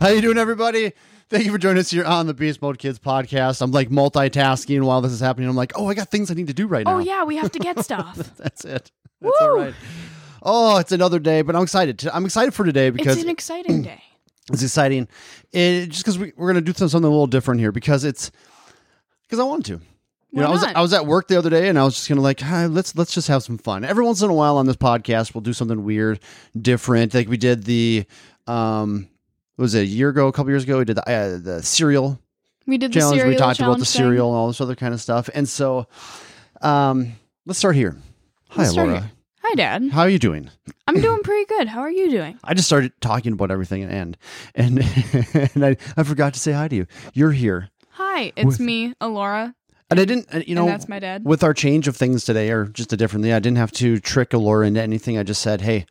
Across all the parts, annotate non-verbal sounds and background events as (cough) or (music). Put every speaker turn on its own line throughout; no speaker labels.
How you doing, everybody? Thank you for joining us here on the Beast Mode Kids podcast. I'm like multitasking while this is happening. I'm like, oh, I got things I need to do right now.
Oh yeah, we have to get stuff.
(laughs) That's it. That's all right. Oh, it's another day, but I'm excited. I'm excited for today because
it's an exciting day.
it's exciting. It, just because we, we're going to do some- something a little different here because it's because I want to. You
Why
know, I was
not?
I was at work the other day and I was just gonna like "Ah, let's let's just have some fun. Every once in a while on this podcast, we'll do something weird, different. Like we did the um, what was it a year ago, a couple years ago? We did the uh, the cereal
We did the
challenge.
cereal
We talked about
challenge
the
thing.
cereal and all this other kind of stuff. And so, um, let's start here. Hi,
Let's start
Laura.
here. Hi, Dad.
How are you doing? (laughs)
I'm doing pretty good. How are you doing?
I just started talking about everything and end, and (laughs) and I, I forgot to say hi to you. You're here,
Hi, it's me, Alora.
and I didn't. and, You know,
and that's my dad.
with our change of things today, or just a different thing, I didn't have to trick Laura into anything. I just said, "Hey,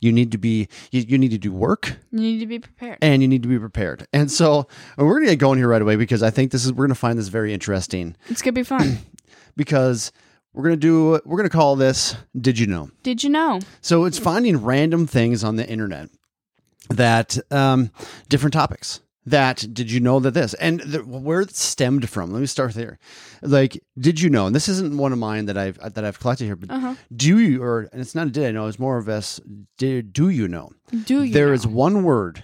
you need to be, you, you need to do work,
You need to be prepared.
and you need to be prepared." (laughs) And so and we're gonna get going here right away because I think this is we're gonna find this very interesting
It's gonna
(clears throat)
be fun.
because we're gonna do we're gonna call this "Did you know."
did you know?
So
Hmm.
it's finding random things on the internet that um, different topics that did you know that this and the, where it stemmed from. Let me start there. Like, did you know? And this isn't one of mine that I've that I've collected here, but
Uh-huh.
do you or and it's not a did I know? It's more of a s- did do you know?
Do
There
you?
is
know?
one word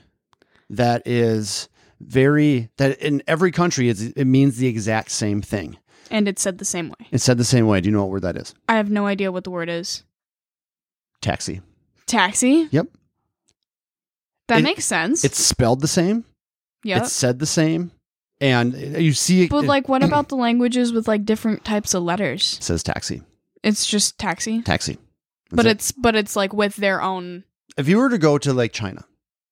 that is very that in every country it's, it means the exact same thing.
and it's said the same way.
It's said the same way. Do you know what word that is?
I have no idea what the word is.
Taxi.
Taxi.
Yep.
That
It-
makes sense.
It's spelled the same.
yep.
It's said the same, and you see it,
but
it
like, what about the languages with like different types of letters?
says taxi,
It's just taxi.
taxi. That's
But
it.
it's but it's like with their own.
if you were to go to like China,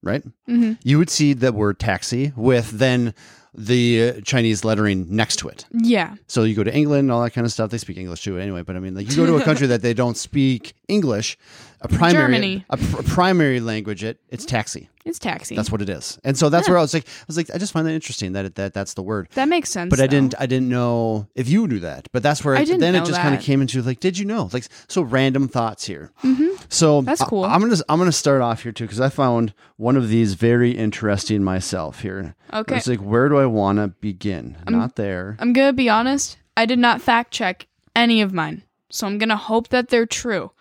right,
hmm
you would see the word taxi with then the uh, Chinese lettering next to it.
Yeah.
So you go to England, all that kind of stuff. They speak English too, anyway. But I mean, like you go to a country that they don't speak English, a primary
Germany.
a, pr- a primary language, it it's taxi.
It's taxi.
That's what it is. And so that's where I was like, I was like, I just find that interesting that it, that that's the word.
that makes sense.
but I
though.
didn't I didn't know if you knew that. But that's where
I
it-
didn't
then it
know
just kind of
that.
came into like, did you know? Like so random thoughts here. So
Mm-hmm. That's
I-
cool.
I'm gonna I'm gonna start off here too because I found one of these very interesting myself here.
Okay.
It's like where do I want to begin? Not there.
I'm going to be honest, I did not fact check any of mine. So I'm going to hope that they're true.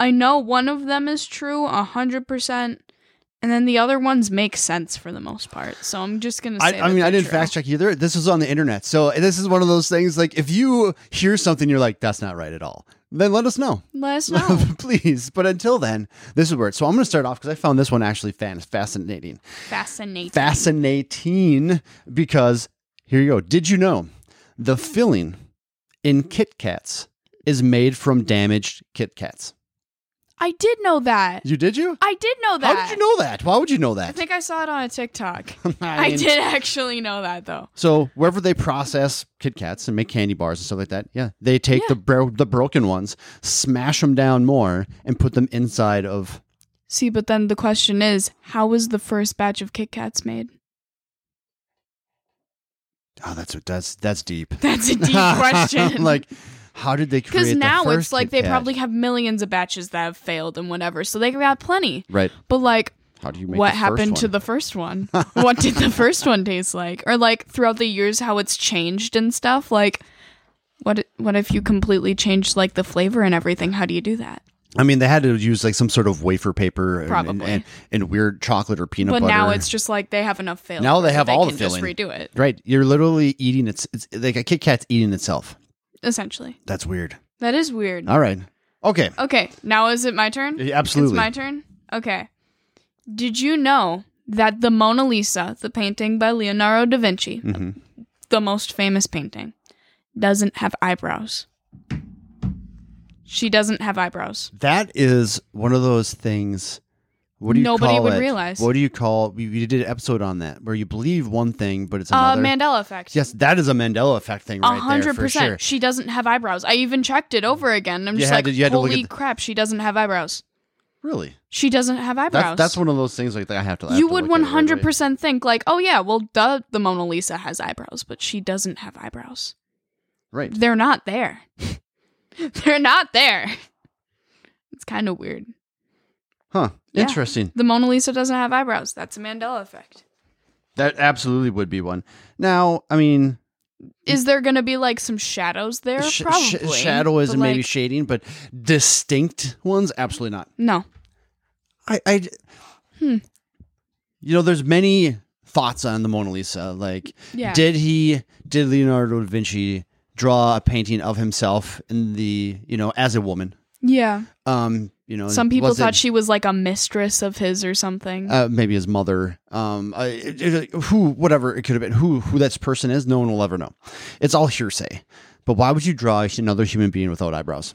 I know one of them is true 100%, and then the other ones make sense for the most part. So I'm just going to say
I, I
that
mean, I
they're
didn't
true.
fact check either. This was on the internet, so this is one of those things. Like, if you hear something, you're like, "That's not right at all," then let us know. (laughs)
Let us know.
please. But until then, this is where. It's, so I'm going to start off because I found this one actually fan- fascinating.
Fascinating.
fascinating because here you go. Did you know the filling in Kit Kats is made from damaged Kit Kats?
I did know that.
You did you?
I did know
How
that.
did you know that? Why would you know
I
that?
think I saw it on a TikTok.
(laughs) I
I
mean,
did actually know that though.
So wherever they process Kit Kats and make candy bars and stuff like that, yeah, they take
Yeah.
the bro- the broken ones, smash them down more, and put them inside of.
See, but then the question is, how was the first batch of Kit Kats made? (laughs)
Oh, that's that's that's deep.
That's
(laughs)
a deep question.
like, how did they create?
Because
the
now
first
it's like
Kit
they
Kat?
probably have millions of batches that have failed and whatever, so they got plenty.
right.
But like,
How do you make
what
the first
happened to
one?
the
(laughs)
first one? what did the first one taste like? Or like throughout the years, how it's changed and stuff. Like, what what if you completely changed like the flavor and everything? How do you do that?
I mean, they had to use like some sort of wafer paper and, and,
Probably.
and, and weird chocolate or peanut
but
butter.
now it's just like they have enough failed.
Now they
that
have all the
can just
filling.
redo it
right. You're literally eating it's, it's like a Kit Kat's eating itself.
essentially.
That's weird.
That is weird.
All right. Okay.
Okay, now is it my turn?
Yeah, absolutely.
It's my turn? Okay. Did you know that the Mona Lisa, the painting by Leonardo da Vinci,
Mhm.
the most famous painting, doesn't have eyebrows? She doesn't have eyebrows.
That is one of those things. What do you
Nobody
call
would
it?
realize.
What do you call? We, we did an episode on that where you believe one thing, but it's
Uh,
another.
Mandela effect.
yes, that is a Mandela effect thing,
A
right there
hundred
for sure.
percent. She doesn't have eyebrows. I even checked it over again. I'm
You
just
had to-
like,
you had to look
holy
at
crap, she doesn't have eyebrows.
Really,
She doesn't have eyebrows.
that's that's one of those things like that I have to. I have
you
to
would
look at it right
100%
away.
think like oh yeah well duh the mona lisa has eyebrows but she doesn't have eyebrows
Right.
they're not there (laughs) they're not there it's kind of weird
Huh.
Yeah.
Interesting.
the mona lisa doesn't have eyebrows that's a mandela effect
That absolutely would be one. Now, I mean,
Is there going to be like some shadows there?
sh-
Probably.
sh- shadow is
but,
maybe
like,
shading, but distinct ones, absolutely not.
no.
I, I
Hmm.
you know, there's many thoughts on the Mona Lisa. Like,
Yeah.
did he, did Leonardo da Vinci draw a painting of himself in the, you know, as a woman?
yeah.
Um, you know,
Some people
was it-
thought she was like a mistress of his or something.
uh, maybe his mother, um, uh, it- it- who, whatever it could have been, who, who that person is, no one will ever know. It's all hearsay. But why would you draw another human being without eyebrows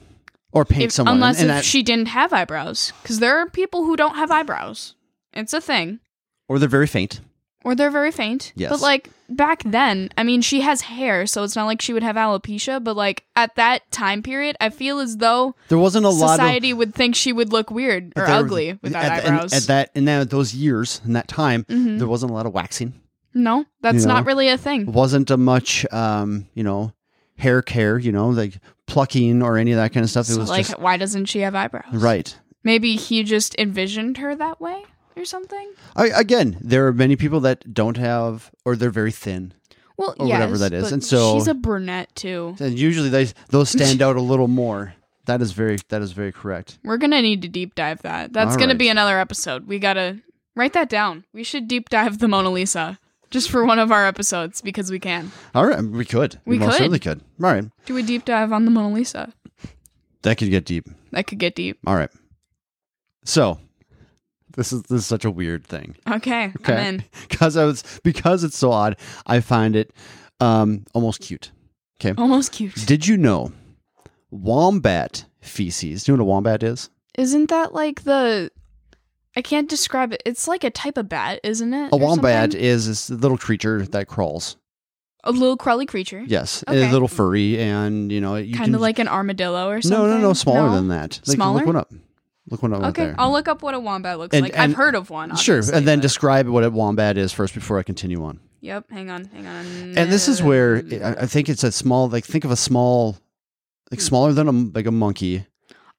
or paint
If-
someone?
unless
And
if
that-
she didn't have eyebrows, because there are people who don't have eyebrows. It's a thing,
or they're very faint.
or they're very faint.
Yes.
But like back then, I mean, she has hair, so it's not like she would have alopecia. But like at that time period, I feel as though
There wasn't a lot of
society would think she would look weird or
there-
ugly without
at, the- in-
eyebrows.
At that, in that, those years, in that time,
Mhm.
there wasn't a lot of waxing.
no, that's
you know,
not really a thing.
wasn't a much, um, you know, hair care. You know, like plucking or any of that kind of stuff. It
So
was
like,
just
why doesn't she have eyebrows?
right.
Maybe he just envisioned her that way or something.
I, again, there are many people that don't have, or they're very thin,
Well,
Or
yes,
whatever that is.
but
And so-
she's a brunette too.
and usually they (laughs) those stand out a little more. That is very that is very correct.
We're gonna need to deep dive that. That's
All
gonna
right.
be another episode. We gotta write that down. We should deep dive the Mona Lisa just for one of our episodes because we can.
All right, we could,
We
most
could.
certainly could. All right,
Do a deep dive on the Mona Lisa.
that could get deep.
That could get deep.
All right, so this is this is such a weird thing. (laughs)
Okay, I'm in.
because I was because it's so odd. I find it um, almost cute. Okay.
Almost
(laughs)
cute.
Did you know wombat feces? Do you know what a wombat is?
Isn't that like the? I can't describe it. It's like a type of bat, isn't it?
A
or
wombat
something?
is this little creature that crawls.
a little crawly creature,
Yes,
Okay.
a little furry, and you know, you
kind of
can-
like an armadillo or
no,
something.
no, no, smaller than that. Like,
Smaller?
Look one up. Look one up right
Okay,
there.
I'll look up what a wombat looks
And-
like.
and-
I've heard of one.
Sure,
obviously,
and then
but-
describe what a wombat is first before I continue on.
Yep. Hang on. Hang on.
And this
Mm.
is where I I think it's a small, like think of a small,
Hmm.
like smaller than a like a monkey,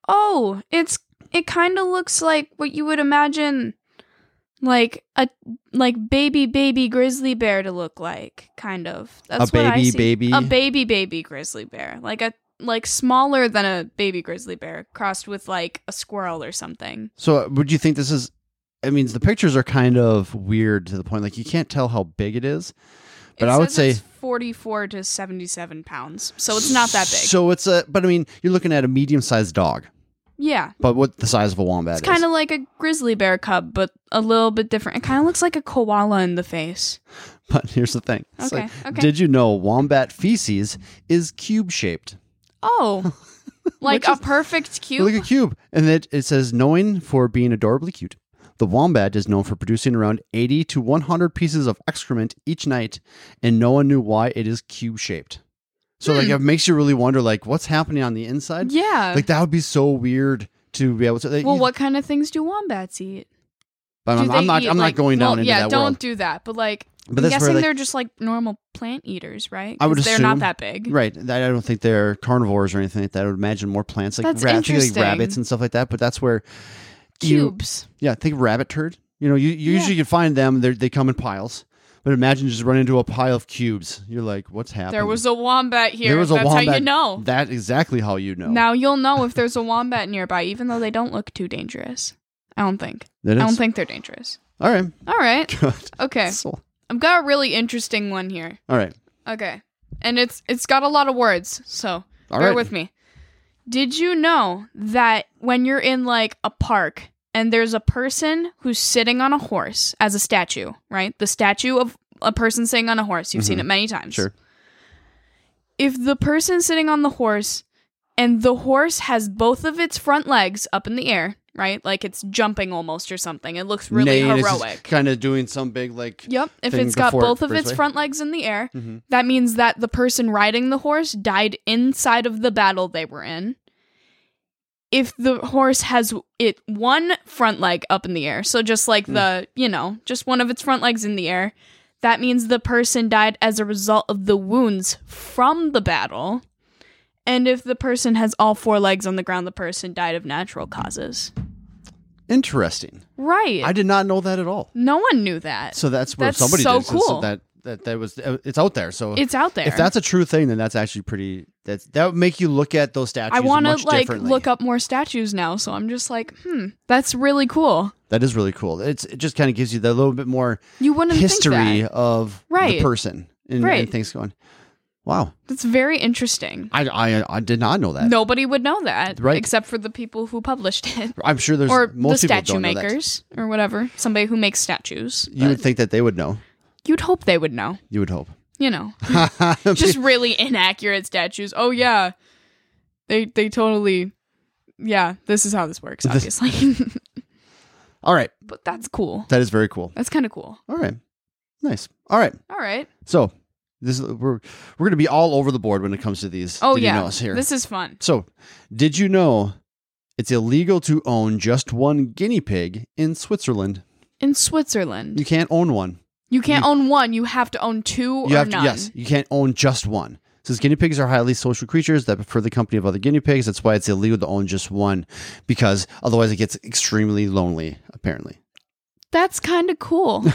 Oh, it's it kind of looks like what you would imagine like a like baby baby grizzly bear to look like, kind of. That's
A
what I
baby
see.
baby?
A baby baby grizzly bear. Like a like smaller than a baby grizzly bear crossed with like a squirrel or something.
So uh, would you think this is? I mean, the pictures are kind of weird to the point like you can't tell how big it is. But
It
I would
says
say
it's 44 to 77 pounds. So it's not that big.
So it's a. But I mean, you're looking at a medium-sized dog,
yeah.
but what the size of a wombat
It's
is.
kind of like a grizzly bear cub, but a little bit different. It kind of looks like a koala in the face.
(laughs) But here's the thing. It's
Okay,
like,
okay.
Did you know wombat feces is cube-shaped? (laughs)
Oh, like
Which
a
is-
perfect cube.
Like a cube, and it it says knowing for being adorably cute. The wombat is known for producing around 80 to 100 pieces of excrement each night, and no one knew why it is cube shaped. So like
Hmm.
it makes you really wonder like what's happening on the inside.
yeah.
Like that would be so weird to be able to.
well, what kind of things do wombats eat?
But
Do
I'm,
they
I'm not.
eat,
I'm not
like-
going down
well,
into
yeah,
that
don't
world.
do that. But like,
But
I'm
that's where
guessing
they-
they're just like normal plant eaters, right?
I would
'Cause they're
assume.
not that big.
Right. I I don't think they're carnivores or anything like that. I would imagine more plants like,
That's
ra- I think, like
interesting.
rabbits and stuff like that. But that's where you-
Cubes.
yeah, think of rabbit turd. You know, you, you
Yeah.
usually can find them. They they come in piles. But imagine just running into a pile of cubes. You're like, what's happening?
there was a wombat here.
There was a
That's
wombat.
how you know.
That exactly how you know.
Now you'll know if there's a wombat nearby, even though they don't look too dangerous. I don't think.
That
I don't
is-
think they're dangerous.
All right. (laughs)
All right.
Good.
Okay.
So-
I've got a really interesting one here.
All right.
Okay. And it's it's got a lot of words, so
All
bear
right.
with me. Did you know that when you're in like a park and there's a person who's sitting on a horse as a statue, right? The statue of a person sitting on a horse. You've seen it many times.
Mm-hmm. Sure.
If the person sitting on the horse and the horse has both of its front legs up in the air, right? Like it's jumping almost or something. It looks really heroic.
Kind of doing some big like.
Yep. If
thing
it's got
before it
both of
goes
its
away.
front legs in the air,
Mhm.
that means that the person riding the horse died inside of the battle they were in. If the horse has it one front leg up in the air, so just like
Mm.
the, you know, just one of its front legs in the air, that means the person died as a result of the wounds from the battle. And if the person has all four legs on the ground, the person died of natural causes.
Interesting.
Right.
I did not know that at all.
no one knew that.
So that's where
That's
somebody
so
did so- so
cool.
that that that was uh, it's out there. So
it's out there.
if that's a true thing, then that's actually pretty. That that would make you look at those statues.
I want to
much
like
differently.
look up more statues now, so I'm just like, hmm, that's really cool.
That is really cool. It's it just kind of gives you the little bit more
You wouldn't think
history
that.
of
Right.
the person and,
Right.
and things going. Wow,
That's very interesting.
I, I I did not know that.
Nobody would know that,
Right.
except for the people who published it,
I'm sure there's
or the
most people
statue
don't know that.
makers, or whatever. Somebody who makes statues.
You would
But
think that they would know.
you'd hope they would know.
You would hope. (laughs)
You know, (laughs) just really inaccurate statues. Oh yeah, they they totally. Yeah, this is how this works,
This-
obviously.
(laughs)
(laughs)
All right,
but that's cool.
that is very cool.
That's kind of cool.
All right, nice. All right,
All right.
so this is, we're we're gonna be all over the board when it comes to these.
Oh
did you
yeah,
knows here.
this is fun.
So, did you know it's illegal to own just one guinea pig in Switzerland?
In Switzerland,
You can't own one.
you can't own one. You have to own
You
two or
have to,
none.
yes, you can't own just one. Since guinea pigs are highly social creatures that prefer the company of other guinea pigs, that's why it's illegal to own just one because otherwise it gets extremely lonely, apparently.
That's kind
(laughs)
of cool.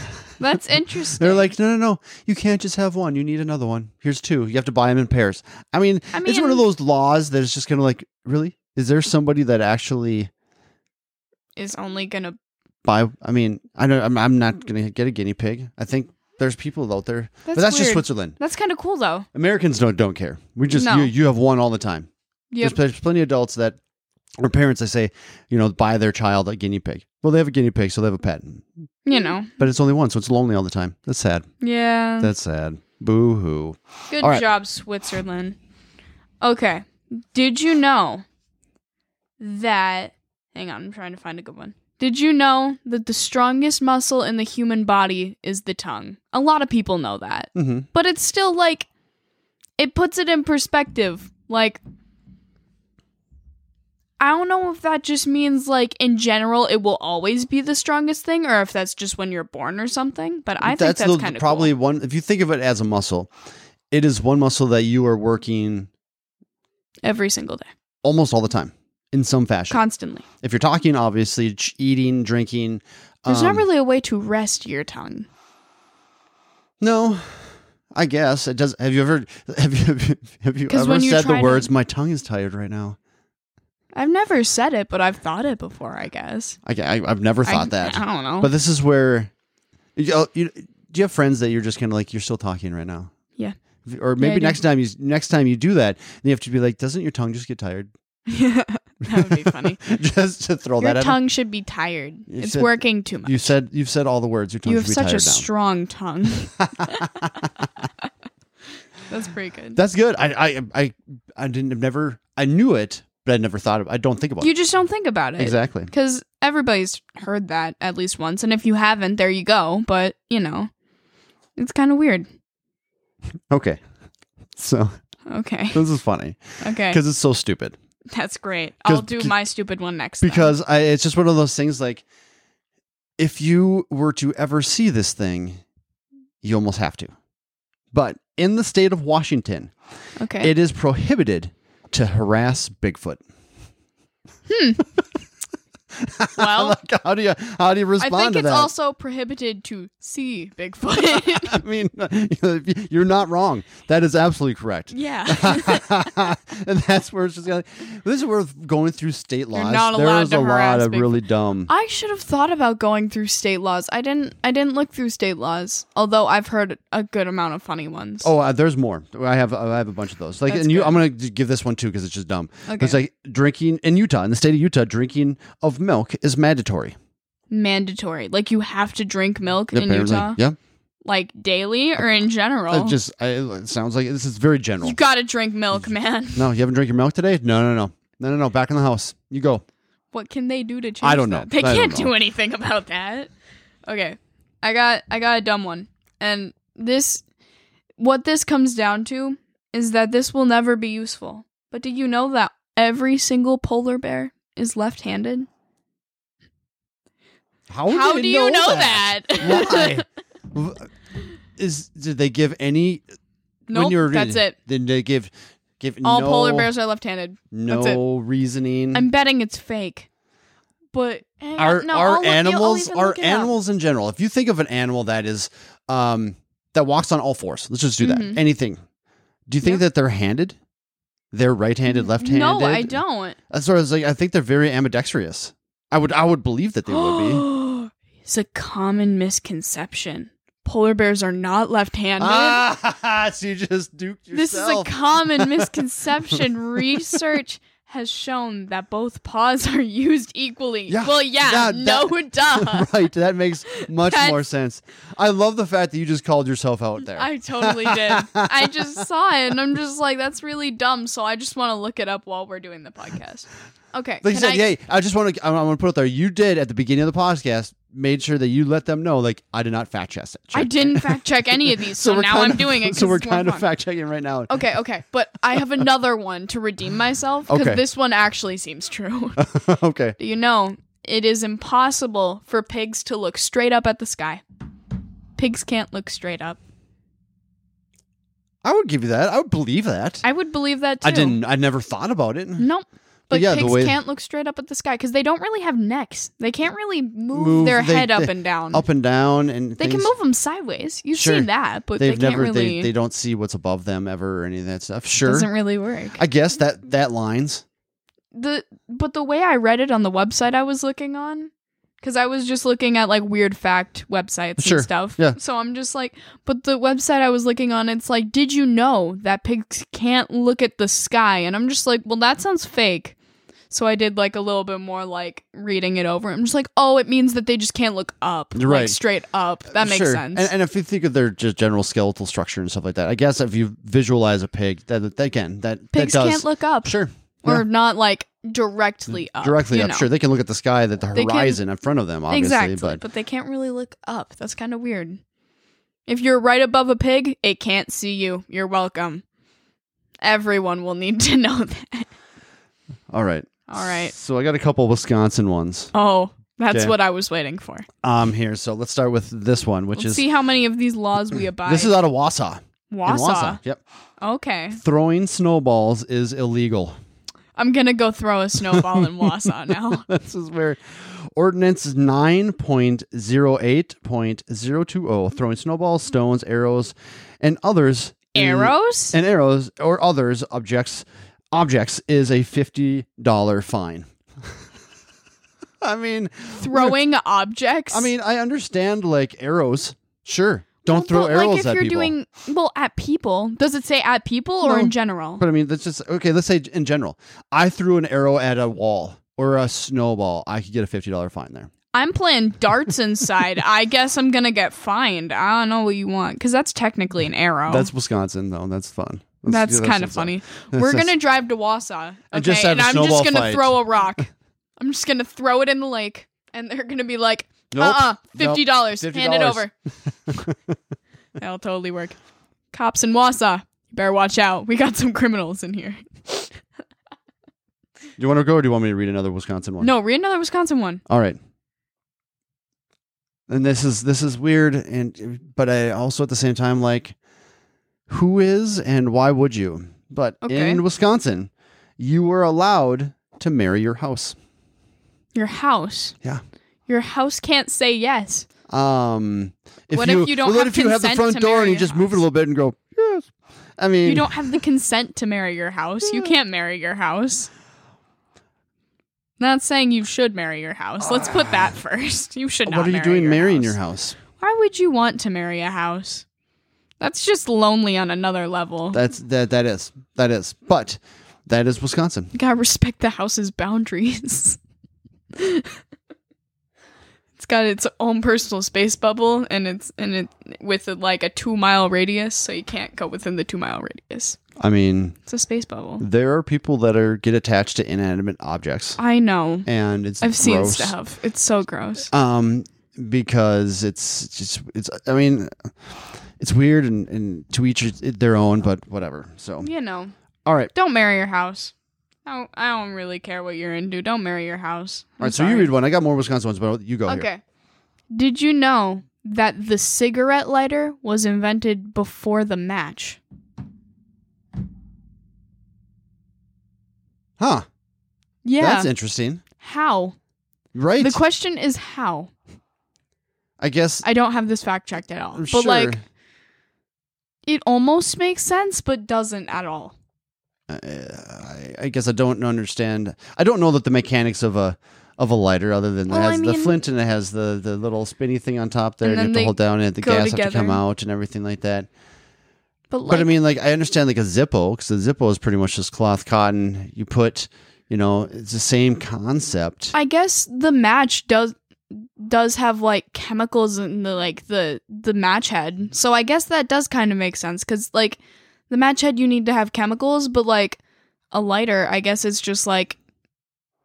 That's interesting.
They're like, no, no, no, you can't just have one. You need another one. Here's two. You have to buy them in pairs. I mean,
I
it's one of
mean-
those laws that is just going to like, really? Is there somebody that actually
is only gonna
buy i mean i know i'm, I'm not gonna get a guinea pig i think there's people out there
That's
but that's just
weird.
switzerland
That's kind of cool though.
americans don't don't care we just
No.
you, you have one all the time
Yep.
there's, there's plenty of adults that or parents that say you know buy their child a guinea pig well they have a guinea pig so they have a pet
you know.
but it's only one so it's lonely all the time that's sad
Yeah.
that's sad boo-hoo
Good
all right.
job, Switzerland. Okay. Did you know that hang on, I'm trying to find a good one. Did you know that the strongest muscle in the human body is the tongue? A lot of people know that.
mm-hmm.
But it's still like it puts it in perspective. Like I don't know if that just means like in general it will always be the strongest thing or if that's just when you're born or something, but I think
that's,
that's
the-
kind of
probably one if you think of it as a muscle it is one muscle that you are working
every single day,
almost all the time in some fashion
constantly.
if you're talking obviously ch- eating drinking
There's
um,
not really a way to rest your tongue.
No, I guess it does. Have you ever (laughs) have you have you
'Cause
ever
when you
said
try
the
to-
words? My tongue is tired right now.
I've never said it, but I've thought it before, I guess.
I, I have never
I-
thought that.
I don't know.
But this is where you, oh, you do you have friends that you're just kind of like you're still talking right now.
Yeah.
Or
I
maybe
do.
next time you next time you do that, then you have to be like, doesn't your tongue just get tired?
(laughs) that would be funny.
(laughs) just to throw that
your
at 'em.
tongue should be tired.
You
it's
said-
working too much.
You said you've said all the words. Your tongue
You have
should be
such a
tired now. (laughs)
strong tongue. That's pretty good.
That's good. I I I I didn't have never I knew it, but I never thought of. I don't think about
you
it
just don't think about it.
exactly.
Because everybody's heard that at least once. And if you haven't, there you go. But, you know, it's kind of weird.
Okay, so.
Okay.
This is funny
Okay.
because it's so stupid.
That's great.
'cause-
I'll do
c-
my stupid one next. then.
Because I, it's just one of those things like if you were to ever see this thing, you almost have to. But in the state of Washington,
Okay.
it (laughs) is prohibited to harass Bigfoot. (laughs)
Well-
Like, how do you how do you
I
respond
think
to
it's
that?
also prohibited to see Bigfoot.
(laughs)
(laughs)
I mean, (laughs) you're not wrong. That is absolutely correct.
(laughs) yeah.
(laughs) and that's where it's just like, this is where going through state laws.
not allowed
There's a
to
lot
harass
of
Bigfoot.
really dumb.
I should have thought about going through state laws. I didn't I didn't look through state laws, although I've heard a good amount of funny ones.
Oh, uh, there's more. I have I have a bunch of those. Like,
That's
and you,
good.
I'm gonna d- give this one too because it's just dumb.
Okay.
It's like drinking in Utah, in the state of Utah, drinking of milk is mandatory.
Mandatory. Like you have to drink milk in
apparently.
Utah.
yeah.
Like daily or in general.
It just I, it sounds like this is very general.
you gotta drink milk, man. (laughs)
no, you haven't drank your milk today? No, no, no, no, no, no. Back in the house. You go.
What can they do to change
I don't
that?
know.
They
I don't
can't
know.
do anything about that. Okay. I got I got a dumb one. And this what this comes down to is that this will never be useful. But do you know that every single polar bear is left-handed? How do you know (laughs) that?
Why? W- Is did they give any
Nope,
when you were reading?
that's it.
Then they give give
All
no,
polar bears are left-handed.
no
that's it.
Mm. reasoning.
I'm betting it's fake. But hang on.
Our
No, I'll
our
look- yeah, I'll
animals
even
our
look it up.
animals in general. If you think of an animal that is um that walks on all fours, let's just do that.
Mhm.
Anything. Do you think
Yep.
that they're handed? They're right-handed, left-handed.
No, I don't.
That's what I was like. I think they're very ambidextrous. I would I would believe that they would
(gasps)
be. (gasps)
It's a common misconception. Polar bears are not left-handed.
Ah, (laughs) so you just duked yourself.
This is a common misconception. Research has shown that both paws are used equally.
Yeah,
well, yeah,
that-
no duh.
(laughs) (laughs) right, that
(laughs)
makes much
That's-
more sense. I love the fact that you just called yourself out there.
I totally did. I just saw it and I'm just like, that's really dumb. So I just want to look it up while we're doing the podcast. Okay.
like you
can
said,
I-
yeah. I just want to. I want to put it there. You did at the beginning of the podcast. Made sure that you let them know. Like I did not fact check it.
I didn't fact check any of these, so,
we're
now
kind
I'm
of-
doing
(laughs)
it.
So
'cause
we're
it's more
kind of
fun.
fact checking right now.
Okay, okay, but I have another one to redeem myself because
Okay.
this one actually seems true. (laughs)
(laughs) okay.
Do you know it is impossible for pigs to look straight up at the sky? Pigs can't look straight up.
I would give you that. I would believe that.
I Mm. would believe that too.
I didn't. I never thought about it.
Nope. But
yeah, the
pigs
way-
can't look straight up at the sky because they don't really have necks. They can't really move,
Move-
their
they-
head up
they-
and down.
Up and down, and
they can
things.
move them sideways. You've
Sure.
seen that, but
They've
they can't
never.
really.
They they don't see what's above them ever or any of that stuff. Sure.
doesn't really work.
I guess that that lines.
the but the way I read it on the website I was looking on, because I was just looking at like weird fact websites
Sure,
and stuff.
yeah.
So I'm just like, but the website I was looking on, it's like, did you know that pigs can't look at the sky? And I'm just like, well, that sounds fake. So I did like a little bit more like reading it over. I'm just like, oh, it means that they just can't look up, like,
Right.
straight up. That makes
Sure.
sense.
And, and if you think of their just general skeletal structure and stuff like that, I guess if you visualize a pig, that, that again, that
pigs
that does.
can't look up,
sure.
or
Yeah.
not like directly up.
directly
you
up.
know?
Sure, they can look at the sky, that the
They can-
horizon in front of them, obviously.
exactly,
But
they can't really look up. That's kind of weird. If you're right above a pig, it can't see you. You're welcome. Everyone will need (laughs) to know that.
all right,
All right.
So I got a couple Wisconsin ones
Oh, that's
Okay.
what I was waiting for.
um here. So let's start with this one, which
Let's
is
see how many of these
(clears throat)
laws we abide.
this is out of Wausau. In
Wausau.
Yep.
Okay,
Throwing snowballs is illegal. (laughs)
I'm gonna go throw a snowball in Wausau now.
this is where ordinance 9.08.020 oh, throwing snowballs stones arrows and others
Arrows?
and arrows or others objects objects is a $50 fine (laughs) i mean
Throwing objects?
i mean i understand like arrows sure don't throw
Well, but,
arrows
like, if
at
you're
people
doing well at people. Does it say at people or
No.
in general?
but i mean that's just okay let's say in general i threw an arrow at a wall or a snowball i could get a $50 fine there
I'm playing
(laughs)
darts inside. I guess I'm gonna get fined. I don't know what you want because that's technically an arrow.
that's wisconsin though that's fun
Oh. that's
yeah,
kind of
what's up. (laughs)
funny.
That's-
We're
that's-
gonna drive to Wausau, okay?
And just have
and
a
I'm just
snowball
gonna
fight.
throw
(laughs)
a rock. I'm just gonna throw it in the lake, and they're gonna be like,
Nope.
"Uh, uh
Nope.
fifty dollars. Hand it
$50. (laughs)
over." That'll totally work. Cops in Wausau, you better watch out. We got some criminals in here.
Do you want to go or do you want me to read another Wisconsin one?
No, read another Wisconsin one.
All right. And this is this is weird and but I also at the same time like who is and why would you? But
Okay.
in Wisconsin, you were allowed to marry your house.
Your house.
Yeah.
Your house can't say yes.
Um if
What if
you,
you don't
well, what
have
if you have the
consent
front
to
door
marry
and you
your
just move it a
house?
little bit and go, "Yes." I mean,
You don't have the consent to marry your house. You can't marry your house. Not saying you should marry your house. Let's put that
(sighs)
first. You should not.
what are you
marry
doing
your
marrying your
house.
house?
Why would you want to marry a house? That's just lonely on another level.
That's that that is. That is. But that is Wisconsin.
you gotta respect the house's boundaries. (laughs) it's got its own personal space bubble, and it's and it with like a two mile radius, so you can't go within the two mile radius.
I mean,
It's a space bubble.
there are people that are get attached to inanimate objects.
I know.
and it's
I've seen
gross.
stuff. It's so gross.
um because it's just it's i mean it's weird and, and to each their own but whatever so
You know,
all right
don't marry your house. I don't, I don't really care what you're into. Don't marry your house. I'm
all right so you
sorry.
read one i got more wisconsin ones but you go here.
Okay. Did you know that the cigarette lighter was invented before the match?
huh
Yeah.
that's interesting
How?
right?
The question is how.
I guess
I don't have this fact checked at all.
I'm
But
sure.
like it almost makes sense but doesn't at all.
I, Uh, I- I guess I don't understand. I don't know that the mechanics of a of a lighter, other than
Well,
it
I
has the
mean-
flint and it has the the little spinny thing on top there,
And
and,
then
you have
they
to hold down and the
go
gas have to
together.
come out and everything like that.
But like
but I mean, like I understand like a Zippo because the Zippo is pretty much just cloth cotton. You put, you know, it's the same concept.
I guess the match does does have like chemicals in the like the the match head. So I guess that does kind of make sense cuz like the match head you need to have chemicals, but like a lighter, I guess it's just like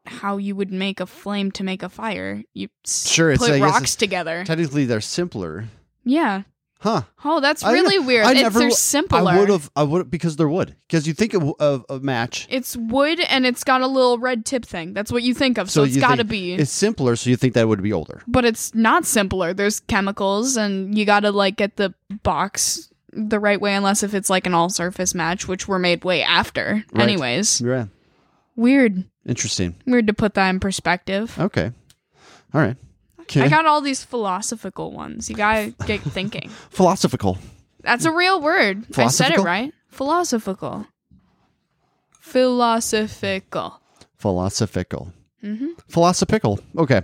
how you would make a flame to make a fire. You s-
Sure, it's-
put
I guess
rocks
it's-
together.
Technically, they're simpler,
yeah.
huh?
Oh, that's
I-
really weird.
I
it's,
never
they're
w-
simpler.
I would have, I would because they're wood. Because you think of, of a match,
It's wood and it's got a little red tip thing. That's what you think of.
So
So, it's
you
got to
think
be.
it's simpler, so you think that would be older.
but it's not simpler. There's chemicals and you got to like get the box the right way unless if it's like an all surface match which were made way after.
Right.
Anyways,
Yeah,
weird.
interesting.
Weird to put that in perspective.
Okay, all right. Okay.
I got all these philosophical ones. You got to
(laughs)
get thinking.
philosophical.
That's a real word. I said it
Philosophical?
right. Philosophical. Philosophical.
philosophical. Philosophical. Okay.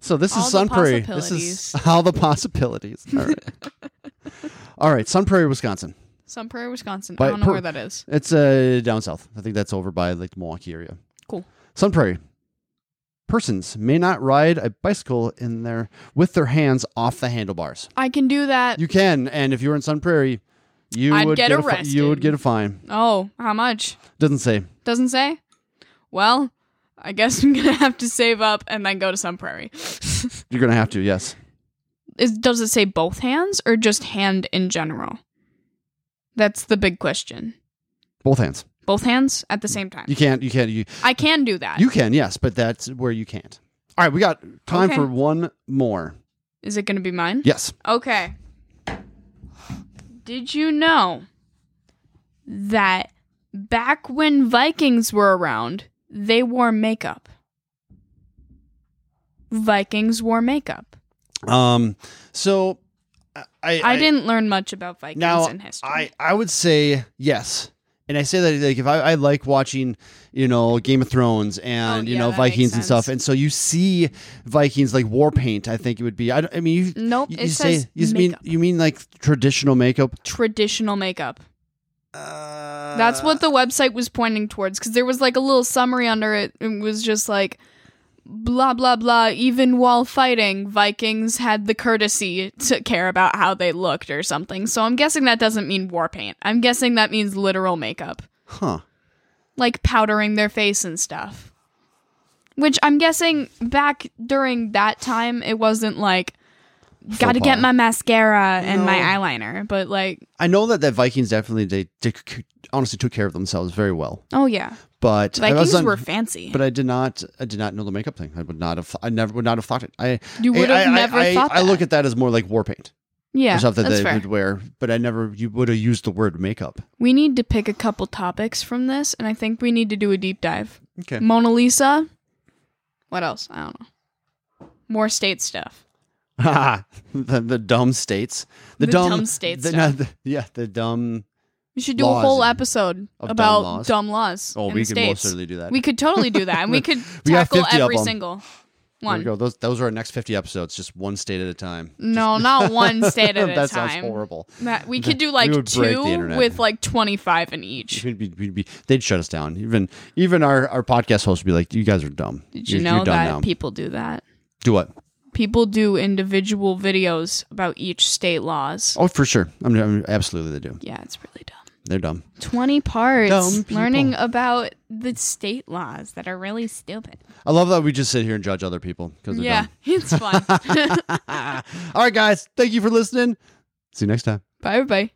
So this
Mm-hmm. All
is
the
Sun Prairie. This is (laughs) all the possibilities. All right.
(laughs)
all right. Sun Prairie, Wisconsin.
Sun Prairie, Wisconsin.
By-
I don't know
per-
where that is.
It's uh, down south. I think that's over by like the Milwaukee area.
Cool.
Sun Prairie. Persons may not ride a bicycle in their with their hands off the handlebars.
I can do that.
You can, and if you're in Sun Prairie, you
I'd
would
get
a fi-
arrested.
you would get a fine.
oh, how much?
Doesn't say.
Doesn't say? Well, I guess I'm (laughs) going to have to save up and then go to Sun Prairie.
You're gonna have to. Yes.
is, does it say both hands or just hand in general? That's the big question.
Both hands.
Both hands at the same time.
You can't. You can't. You
I can do that. Is
You can, yes, but that's where you can't. All right, we got time
Okay.
for one more.
it going to be mine?
Yes.
Okay. Did you know that back when Vikings were around, they wore makeup? Vikings wore makeup.
Um. So, I I,
I, didn't learn much about Vikings
now
in history.
I I would say yes, and I say that like if I, I like watching you know Game of Thrones and
Oh,
you
yeah,
know
that makes
Vikings and stuff,
sense.
and so you see Vikings like war paint. I think it would be. I, don't- I mean you.
nope,
You,
it
you
says
say you mean
makeup.
you mean like traditional makeup?
traditional makeup.
Uh,
That's what the website was pointing towards because there was like a little summary under it. It was just like, blah, blah, blah. Even while fighting, Vikings had the courtesy to care about how they looked or something. So I'm guessing that doesn't mean war paint. I'm guessing that means literal makeup,
huh?
like powdering their face and stuff. Which I'm guessing back during that time, it wasn't like, gotta
Faux
get
pas.
my mascara and my
No.
eyeliner. But like,
I know that the Vikings definitely they, they honestly took care of themselves very well.
oh yeah.
but I was
Vikings
on-
were fancy.
But I did not. I did not know the makeup thing. I would not have. I never would not have thought it. I
You would
I-
have
I-
never
I,
thought
I look
that.
at that as more like war paint
yeah,
or stuff that
that's
they
fair.
would wear. But I never. You would have used the word makeup.
We need to pick a couple topics from this, and I think we need to do a deep dive.
Okay.
Mona Lisa. What else? I don't know. More state stuff.
(laughs) the, the dumb states. The,
The
dumb,
dumb states
The,
stuff.
no, the- (laughs) yeah, the dumb.
We should do
Laws
a whole
and-
episode
of dumb
about dumb
laws.
laws.
Oh,
in
we
the
could
states.
most certainly do that.
We could totally do that,
(laughs)
and we could
We got
tackle
50 of
every
them.
single
There we
one.
go. Those those are our next fifty episodes. Just one state at a time. (laughs)
No, not one state at a
that sounds
time.
horrible.
That- we could do like
would break the
two
internet.
with like twenty five in each.
We'd be, we'd be, they'd shut us down. Even even our, our podcast host would be like, "You guys are dumb.
Did you
You're-
know
you're done
that
now.
people do that?
do what?
People do individual videos about each state laws.
Oh, for sure. I'm, I'm absolutely they do.
Yeah, it's really dumb.
They're dumb.
20 parts
Dumb people.
learning about the state laws that are really stupid.
I love that we just sit here and judge other people because they're (laughs)
Yeah, it's fun.
dumb. All right, guys. Thank you for listening. See you next time.
bye, bye.